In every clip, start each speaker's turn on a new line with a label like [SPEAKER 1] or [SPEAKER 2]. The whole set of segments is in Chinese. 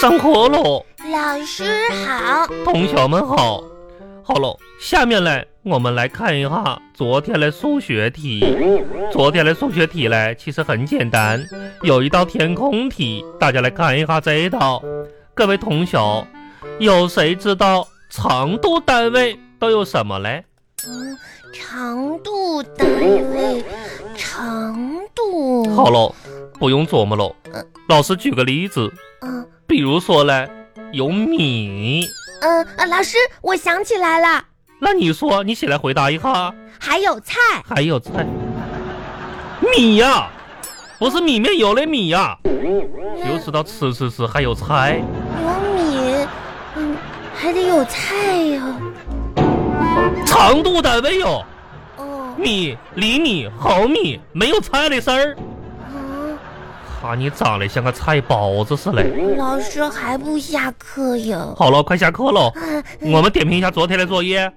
[SPEAKER 1] 上课喽，
[SPEAKER 2] 老师好，
[SPEAKER 1] 同学们好。好喽，下面嘞，我们来看一下昨天的数学题。昨天的数学题嘞，其实很简单，有一道填空题，大家来看一下这一道。各位同学，有谁知道长度单位都有什么嘞？
[SPEAKER 2] 嗯，长度单位，长度。
[SPEAKER 1] 好喽，不用琢磨喽。老师举个例子，
[SPEAKER 2] 嗯
[SPEAKER 1] 比如说嘞，有米。
[SPEAKER 2] 嗯、啊，老师，我想起来了，
[SPEAKER 1] 那你说，你起来回答一下。
[SPEAKER 2] 还有菜，
[SPEAKER 1] 还有菜，米呀、不是米面有嘞米呀、就知道吃吃吃，还有菜。
[SPEAKER 2] 有米，嗯，还得有菜呀、
[SPEAKER 1] 长度单位有
[SPEAKER 2] 哦，
[SPEAKER 1] 米、厘米、毫米，没有菜的事儿。
[SPEAKER 2] 嗯，
[SPEAKER 1] 哈、你长得像个菜包子似的。
[SPEAKER 2] 老师还不下课呀？
[SPEAKER 1] 好了，快下课喽，
[SPEAKER 2] 嗯、
[SPEAKER 1] 我们点评一下昨天的作业。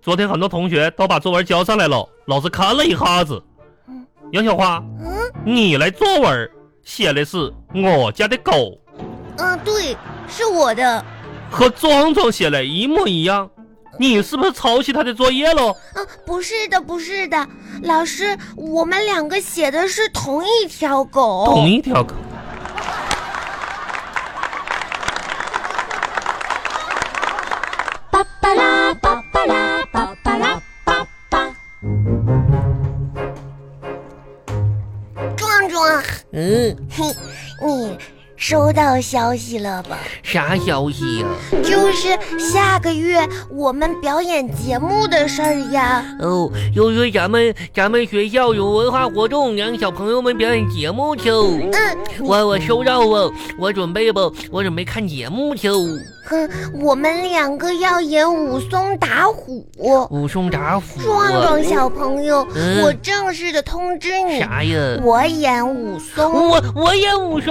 [SPEAKER 1] 昨天很多同学都把作文交上来了，老师看了一下子
[SPEAKER 2] 嗯。
[SPEAKER 1] 杨小花，
[SPEAKER 2] 嗯
[SPEAKER 1] 你来作文写的是我家的狗。
[SPEAKER 2] 嗯，对，是我的。
[SPEAKER 1] 和壮壮写的一模一样，你是不是抄袭他的作业喽？
[SPEAKER 2] 嗯，不是的，不是的，老师，我们两个写的是同一条狗。
[SPEAKER 1] 同一条狗。
[SPEAKER 3] 巴巴拉巴巴拉巴巴拉巴巴。
[SPEAKER 2] 壮壮，
[SPEAKER 4] 嗯，
[SPEAKER 2] 嘿，你收到消息了吧？
[SPEAKER 4] 啥消息呀、
[SPEAKER 2] 就是下个月我们表演节目的事儿呀。
[SPEAKER 4] 哦，又说咱们咱们学校有文化活动，让小朋友们表演节目去哦。
[SPEAKER 2] 嗯，
[SPEAKER 4] 我我收到哦，我准备吧，我准备看节目去哦。
[SPEAKER 2] 哼，我们两个要演武松打虎。
[SPEAKER 4] 武松打虎啊。
[SPEAKER 2] 壮壮小朋友，
[SPEAKER 4] 嗯
[SPEAKER 2] 我正式的通知你，
[SPEAKER 4] 啥呀？
[SPEAKER 2] 我演武松，
[SPEAKER 4] 我我也武松，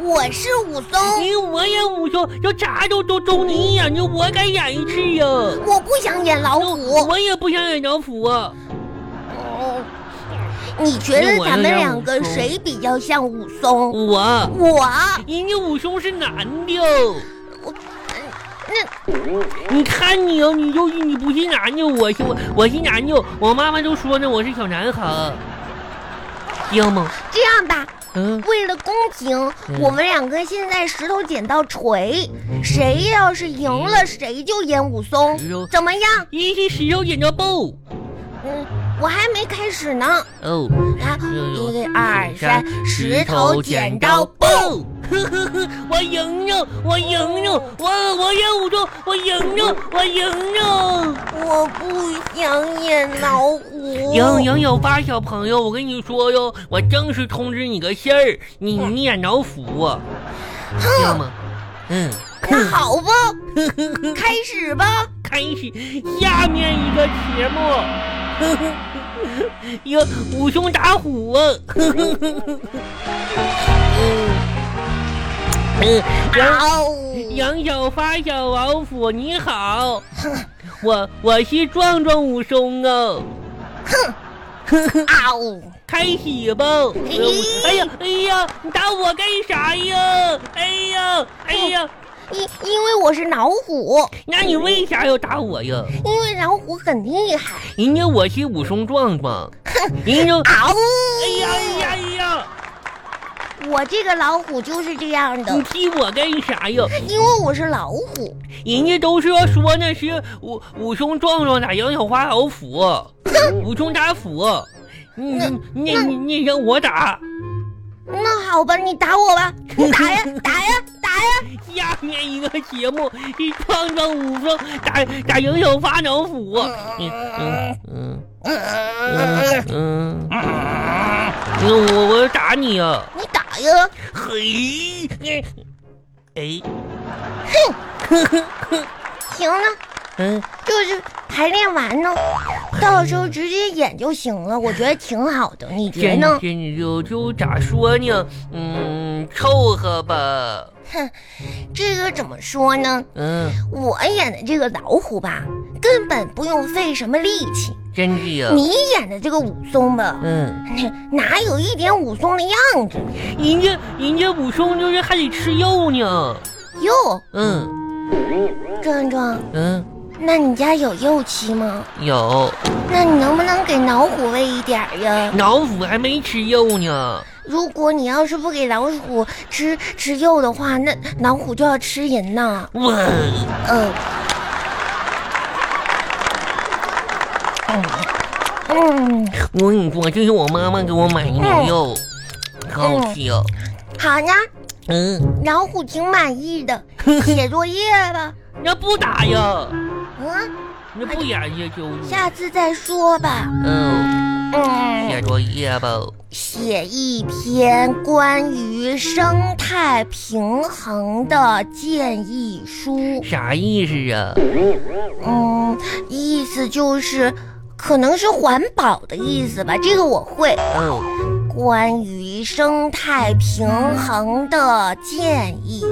[SPEAKER 2] 我是武松，
[SPEAKER 4] 你我也武松，这啥都都都你演的，我敢演一次呀。
[SPEAKER 2] 我不想演老虎。
[SPEAKER 4] 我也不想演老虎啊。
[SPEAKER 2] 哦，你觉得咱们两个谁比较像武松？
[SPEAKER 4] 我，
[SPEAKER 2] 我，
[SPEAKER 4] 人家武松是男的哦。
[SPEAKER 2] 那
[SPEAKER 4] 你看你哦，你就你不是男的，我是我我是男的，我妈妈都说呢，我是小男孩，要吗？
[SPEAKER 2] 这样吧，
[SPEAKER 4] 嗯，
[SPEAKER 2] 为了公平，
[SPEAKER 4] 嗯
[SPEAKER 2] 我们两个现在石头剪刀锤，谁要是赢了，谁就演武松
[SPEAKER 4] 石头，
[SPEAKER 2] 怎么样？
[SPEAKER 4] 一是石头剪刀布，
[SPEAKER 2] 嗯，我还没开始呢。
[SPEAKER 4] 哦，
[SPEAKER 2] 来，
[SPEAKER 4] 嗯
[SPEAKER 2] 一二三，石头剪刀布。
[SPEAKER 4] 呵呵呵，我赢了，我赢了，我我演武松，我赢了，我赢
[SPEAKER 2] 哦
[SPEAKER 4] 了。
[SPEAKER 2] 我不想演老虎。
[SPEAKER 4] 杨杨小发小朋友，我跟你说哟，我正式通知你个信儿，你你演老虎啊，要吗？嗯。
[SPEAKER 2] 那好 吧，开始吧。
[SPEAKER 4] 开始下面一个节目， 一个武松打虎啊，嗯，杨
[SPEAKER 2] 好，
[SPEAKER 4] 杨小发小王府你好，我我是壮壮武松哦，
[SPEAKER 2] 嗷、呜。
[SPEAKER 4] 开始吧，哎呀哎呀，你打我干啥呀？哎呀哎呀，
[SPEAKER 2] 因因为我是老虎，
[SPEAKER 4] 那你为啥要打我呀？
[SPEAKER 2] 因为老虎很厉害。
[SPEAKER 4] 人家我是武松壮壮，人家。
[SPEAKER 2] 嗷、
[SPEAKER 4] 哎呀哎呀哎呀！
[SPEAKER 2] 我这个老虎就是这样
[SPEAKER 4] 你
[SPEAKER 2] 的，
[SPEAKER 4] 踢我干啥呀？
[SPEAKER 2] 因为我是老虎。
[SPEAKER 4] 人家都说说那是武武松壮壮打杨小花老虎，武松打虎，你
[SPEAKER 2] 那
[SPEAKER 4] 你你你让我打，
[SPEAKER 2] 那好吧，你打我吧，你打呀，打呀，打呀！
[SPEAKER 4] 下面一个节目是壮壮武松打打杨小花老虎，嗯嗯嗯嗯嗯，嗯我我打你啊！
[SPEAKER 2] 你打呀！
[SPEAKER 4] 嘿，哎，
[SPEAKER 2] 行了，
[SPEAKER 4] 嗯，
[SPEAKER 2] 就是排练完呢，到时候直接演就行了，我觉得挺好的，你觉得
[SPEAKER 4] 这
[SPEAKER 2] 呢？
[SPEAKER 4] 这就就咋说呢？嗯，凑合吧。
[SPEAKER 2] 哼，这个怎么说呢？
[SPEAKER 4] 嗯
[SPEAKER 2] 我演的这个老虎吧，根本不用费什么力气。
[SPEAKER 4] 真是呀，
[SPEAKER 2] 你演的这个武松吧，
[SPEAKER 4] 嗯，
[SPEAKER 2] 哪有一点武松的样子？
[SPEAKER 4] 人家人家武松就是还得吃肉呢，
[SPEAKER 2] 哟，
[SPEAKER 4] 嗯
[SPEAKER 2] 壮壮，
[SPEAKER 4] 嗯，
[SPEAKER 2] 那你家有右七吗？
[SPEAKER 4] 有
[SPEAKER 2] 那你能不能给老虎喂一点儿呀？
[SPEAKER 4] 老虎还没吃肉呢，
[SPEAKER 2] 如果你要是不给老虎吃吃肉的话，那老虎就要吃人呐。
[SPEAKER 4] 我
[SPEAKER 2] 嗯，嗯，
[SPEAKER 4] 我跟你说，这是我妈妈给我买的牛肉，可好吃哦，
[SPEAKER 2] 好呀，
[SPEAKER 4] 嗯，
[SPEAKER 2] 老虎挺满意的。写作业吧，
[SPEAKER 4] 那不打呀，
[SPEAKER 2] 嗯，
[SPEAKER 4] 那不演也就
[SPEAKER 2] 哎下次再说吧。
[SPEAKER 4] 嗯，
[SPEAKER 2] 嗯，
[SPEAKER 4] 写作业吧，
[SPEAKER 2] 写一篇关于生态平衡的建议书。
[SPEAKER 4] 啥意思啊？
[SPEAKER 2] 嗯，意思就是，可能是环保的意思吧，这个我会。
[SPEAKER 4] 嗯，
[SPEAKER 2] 关于生态平衡的建议：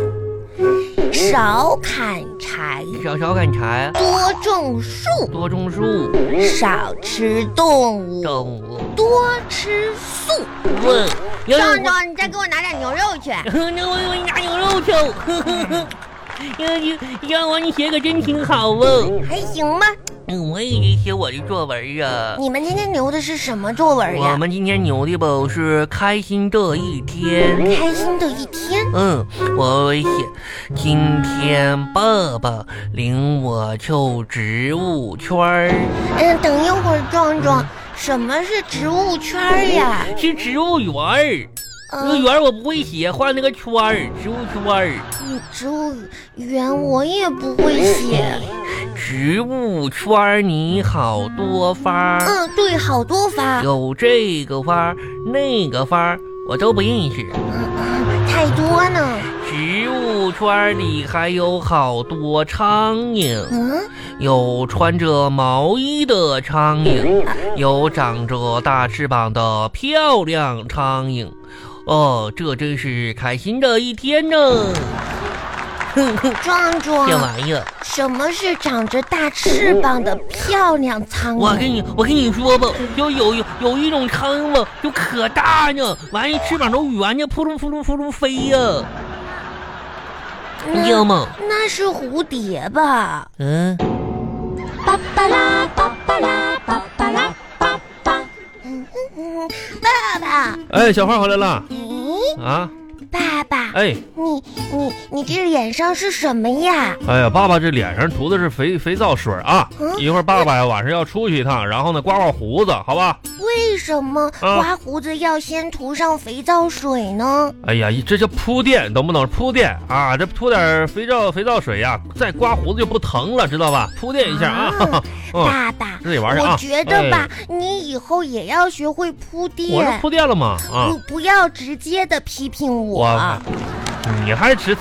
[SPEAKER 2] 少砍柴，
[SPEAKER 4] 少少砍柴，
[SPEAKER 2] 多种树，
[SPEAKER 4] 多种树，
[SPEAKER 2] 少吃动物，
[SPEAKER 4] 动物，
[SPEAKER 2] 多吃素。
[SPEAKER 4] 问，
[SPEAKER 2] 壮壮，你再给我拿点牛肉 去。
[SPEAKER 4] 嗯那我我拿牛肉去。你你让我你写可真挺好哦，
[SPEAKER 2] 还行吧？
[SPEAKER 4] 嗯我也得写我的作文啊。
[SPEAKER 2] 你们今天留的是什么作文
[SPEAKER 4] 我
[SPEAKER 2] 呀？
[SPEAKER 4] 们今天牛的吧是开心这一天。
[SPEAKER 2] 开心的一天。
[SPEAKER 4] 嗯，我写今天爸爸领我去植物圈儿，
[SPEAKER 2] 嗯，等一会儿，壮壮，什么是植物圈儿呀？
[SPEAKER 4] 是植物园儿。那个
[SPEAKER 2] 嗯，
[SPEAKER 4] 园儿我不会写，画那个圈儿，植物圈儿，
[SPEAKER 2] 植物园我也不会写。
[SPEAKER 4] 植物圈儿你好多花儿。
[SPEAKER 2] 嗯，对，好多发，
[SPEAKER 4] 有这个花儿那个花儿我都不认识。
[SPEAKER 2] 嗯，太多呢。
[SPEAKER 4] 植物圈儿里还有好多苍蝇，
[SPEAKER 2] 嗯，
[SPEAKER 4] 有穿着毛衣的苍蝇，有长着大翅膀的漂亮苍蝇。哦，这真是开心的一天呢！哼哼，
[SPEAKER 2] 壮
[SPEAKER 4] 这
[SPEAKER 2] 壮，
[SPEAKER 4] 玩意儿，
[SPEAKER 2] 什么是长着大翅膀的漂亮苍
[SPEAKER 4] 我跟
[SPEAKER 2] 蝇？
[SPEAKER 4] 你我跟你说吧，就有有有一种苍蝇吧，就可大呢，完了翅膀都圆呢，扑噜扑噜扑噜飞呀、你知道
[SPEAKER 2] 那
[SPEAKER 4] 吗？
[SPEAKER 2] 嗯那是蝴蝶吧？
[SPEAKER 4] 嗯，
[SPEAKER 3] 巴巴拉巴巴拉巴巴拉巴巴。
[SPEAKER 2] 嗯嗯，爸爸，
[SPEAKER 1] 哎，小花回来了
[SPEAKER 2] 咦，
[SPEAKER 1] 啊！
[SPEAKER 2] 爸爸，
[SPEAKER 1] 哎
[SPEAKER 2] 你你你这脸上是什么呀？
[SPEAKER 1] 哎呀，爸爸这脸上涂的是肥肥皂水啊！
[SPEAKER 2] 嗯
[SPEAKER 1] 一会儿爸爸呀晚上要出去一趟，然后呢刮刮胡子，好吧？
[SPEAKER 2] 为什么
[SPEAKER 1] 啊
[SPEAKER 2] 刮胡子要先涂上肥皂水呢？
[SPEAKER 1] 哎呀，这叫铺垫，懂不懂？铺垫啊，这涂点肥皂肥皂水呀、再刮胡子就不疼了，知道吧？铺垫一下啊。哈哈 嗯，
[SPEAKER 2] 爸爸，
[SPEAKER 1] 自己玩去啊。
[SPEAKER 2] 我觉得吧
[SPEAKER 1] 哎，，
[SPEAKER 2] 你以后也要学会铺
[SPEAKER 1] 我这
[SPEAKER 2] 垫。
[SPEAKER 1] 铺垫了嘛啊。
[SPEAKER 2] 不不要直接的批评我，
[SPEAKER 1] 我，
[SPEAKER 2] 嗯
[SPEAKER 1] 你还吃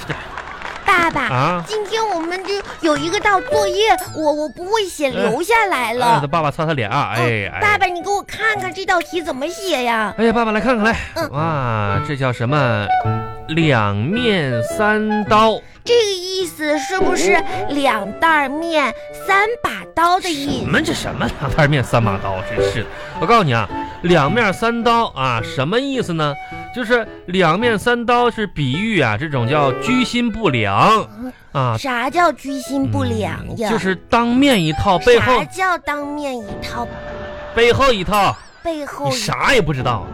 [SPEAKER 2] 爸爸。
[SPEAKER 1] 啊？
[SPEAKER 2] 今天我们这有一个道作业，我我不会写，留下来
[SPEAKER 1] 哎
[SPEAKER 2] 了。
[SPEAKER 1] 爸爸擦擦脸啊！哎
[SPEAKER 2] 嗯
[SPEAKER 1] 哎，
[SPEAKER 2] 爸爸，你给我看看这道题怎么写呀？
[SPEAKER 1] 哎呀，爸爸来看看来，
[SPEAKER 2] 嗯
[SPEAKER 1] 哇，这叫什么？两面三刀，
[SPEAKER 2] 这个意思是不是
[SPEAKER 1] 嗯
[SPEAKER 2] 两袋面三把刀的意
[SPEAKER 1] 你
[SPEAKER 2] 思？
[SPEAKER 1] 们这什么两袋面三把刀，真是的！我告诉你啊，两面三刀啊，什么意思呢？就是两面三刀是比喻啊，这种叫居心不良啊，嗯
[SPEAKER 2] 啥叫居心不良呀？
[SPEAKER 1] 就是当面一套，背后
[SPEAKER 2] 啥叫当面一套，
[SPEAKER 1] 背后一套，
[SPEAKER 2] 背后
[SPEAKER 1] 你
[SPEAKER 2] 一
[SPEAKER 1] 啥也不知道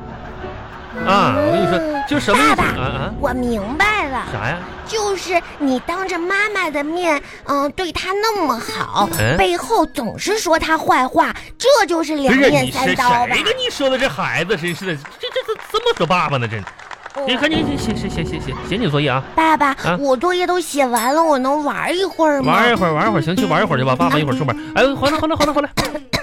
[SPEAKER 1] 啊！我跟你说，就什么意思
[SPEAKER 2] 爸
[SPEAKER 1] 啊
[SPEAKER 2] 爸
[SPEAKER 1] 啊？
[SPEAKER 2] 我明白了，
[SPEAKER 1] 啥呀？
[SPEAKER 2] 就是你当着妈妈的面，嗯，对她那么好，
[SPEAKER 1] 嗯
[SPEAKER 2] 背后总是说她坏话，这就是
[SPEAKER 1] 不
[SPEAKER 2] 两
[SPEAKER 1] 是你
[SPEAKER 2] 面
[SPEAKER 1] 是
[SPEAKER 2] 三刀吧
[SPEAKER 1] 谁？跟你说的这孩子真是的，这这这这么说爸爸呢？真，你看你你写写写写写写你作业啊，
[SPEAKER 2] 嗯爸爸，
[SPEAKER 1] 啊
[SPEAKER 2] 我作业都写完了，我能玩一会儿吗？
[SPEAKER 1] 玩一会儿玩一会儿，行去玩一会儿去吧，爸爸一会儿出门。哎，回来回来回来回来，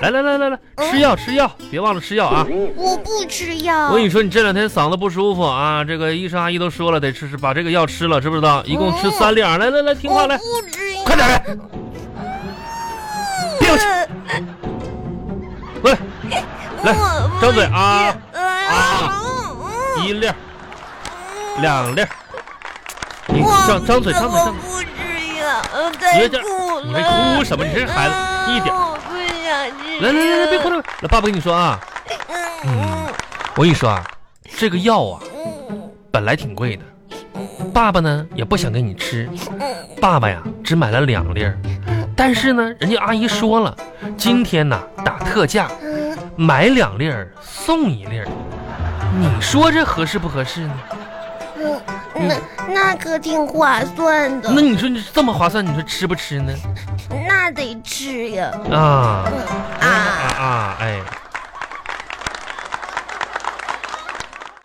[SPEAKER 1] 来来来来来，吃药吃药，别忘了吃药啊！
[SPEAKER 2] 我不吃药。
[SPEAKER 1] 我跟你说，你这两天嗓子不舒服啊，这个医生阿姨都说了，得吃吃把这个药吃了，知不知道？一共吃三粒儿，来来来，听话
[SPEAKER 2] 我
[SPEAKER 1] 来，
[SPEAKER 2] 不吃药。
[SPEAKER 1] 快点来，啊别有气，过来来
[SPEAKER 2] 我不
[SPEAKER 1] 张嘴
[SPEAKER 2] 吃
[SPEAKER 1] 啊！
[SPEAKER 2] 啊！
[SPEAKER 1] 一粒儿，两粒儿，你张张嘴张嘴张嘴。
[SPEAKER 2] 我不吃药。了，我再
[SPEAKER 4] 别
[SPEAKER 2] 哭
[SPEAKER 4] 这
[SPEAKER 2] 了。
[SPEAKER 4] 你这哭什么？你这孩子一点。
[SPEAKER 2] 我不想吃。
[SPEAKER 4] 来来来来，别哭了，老爸爸跟你说啊，
[SPEAKER 2] 嗯。
[SPEAKER 4] 我跟你说啊，这个药啊
[SPEAKER 2] 嗯
[SPEAKER 4] 本来挺贵的，爸爸呢也不想给你吃，
[SPEAKER 2] 嗯
[SPEAKER 4] 爸爸呀只买了两粒儿，但是呢，人家阿姨说了，今天呐打特价，
[SPEAKER 2] 嗯
[SPEAKER 4] 买两粒儿送一粒儿，你说这合适不合适呢？
[SPEAKER 2] 嗯，那那可挺划算的，
[SPEAKER 4] 那你说你这么划算，你说吃不吃呢？
[SPEAKER 2] 那得吃呀。
[SPEAKER 4] 啊
[SPEAKER 2] 嗯
[SPEAKER 4] 啊
[SPEAKER 2] 啊，
[SPEAKER 4] 啊！哎，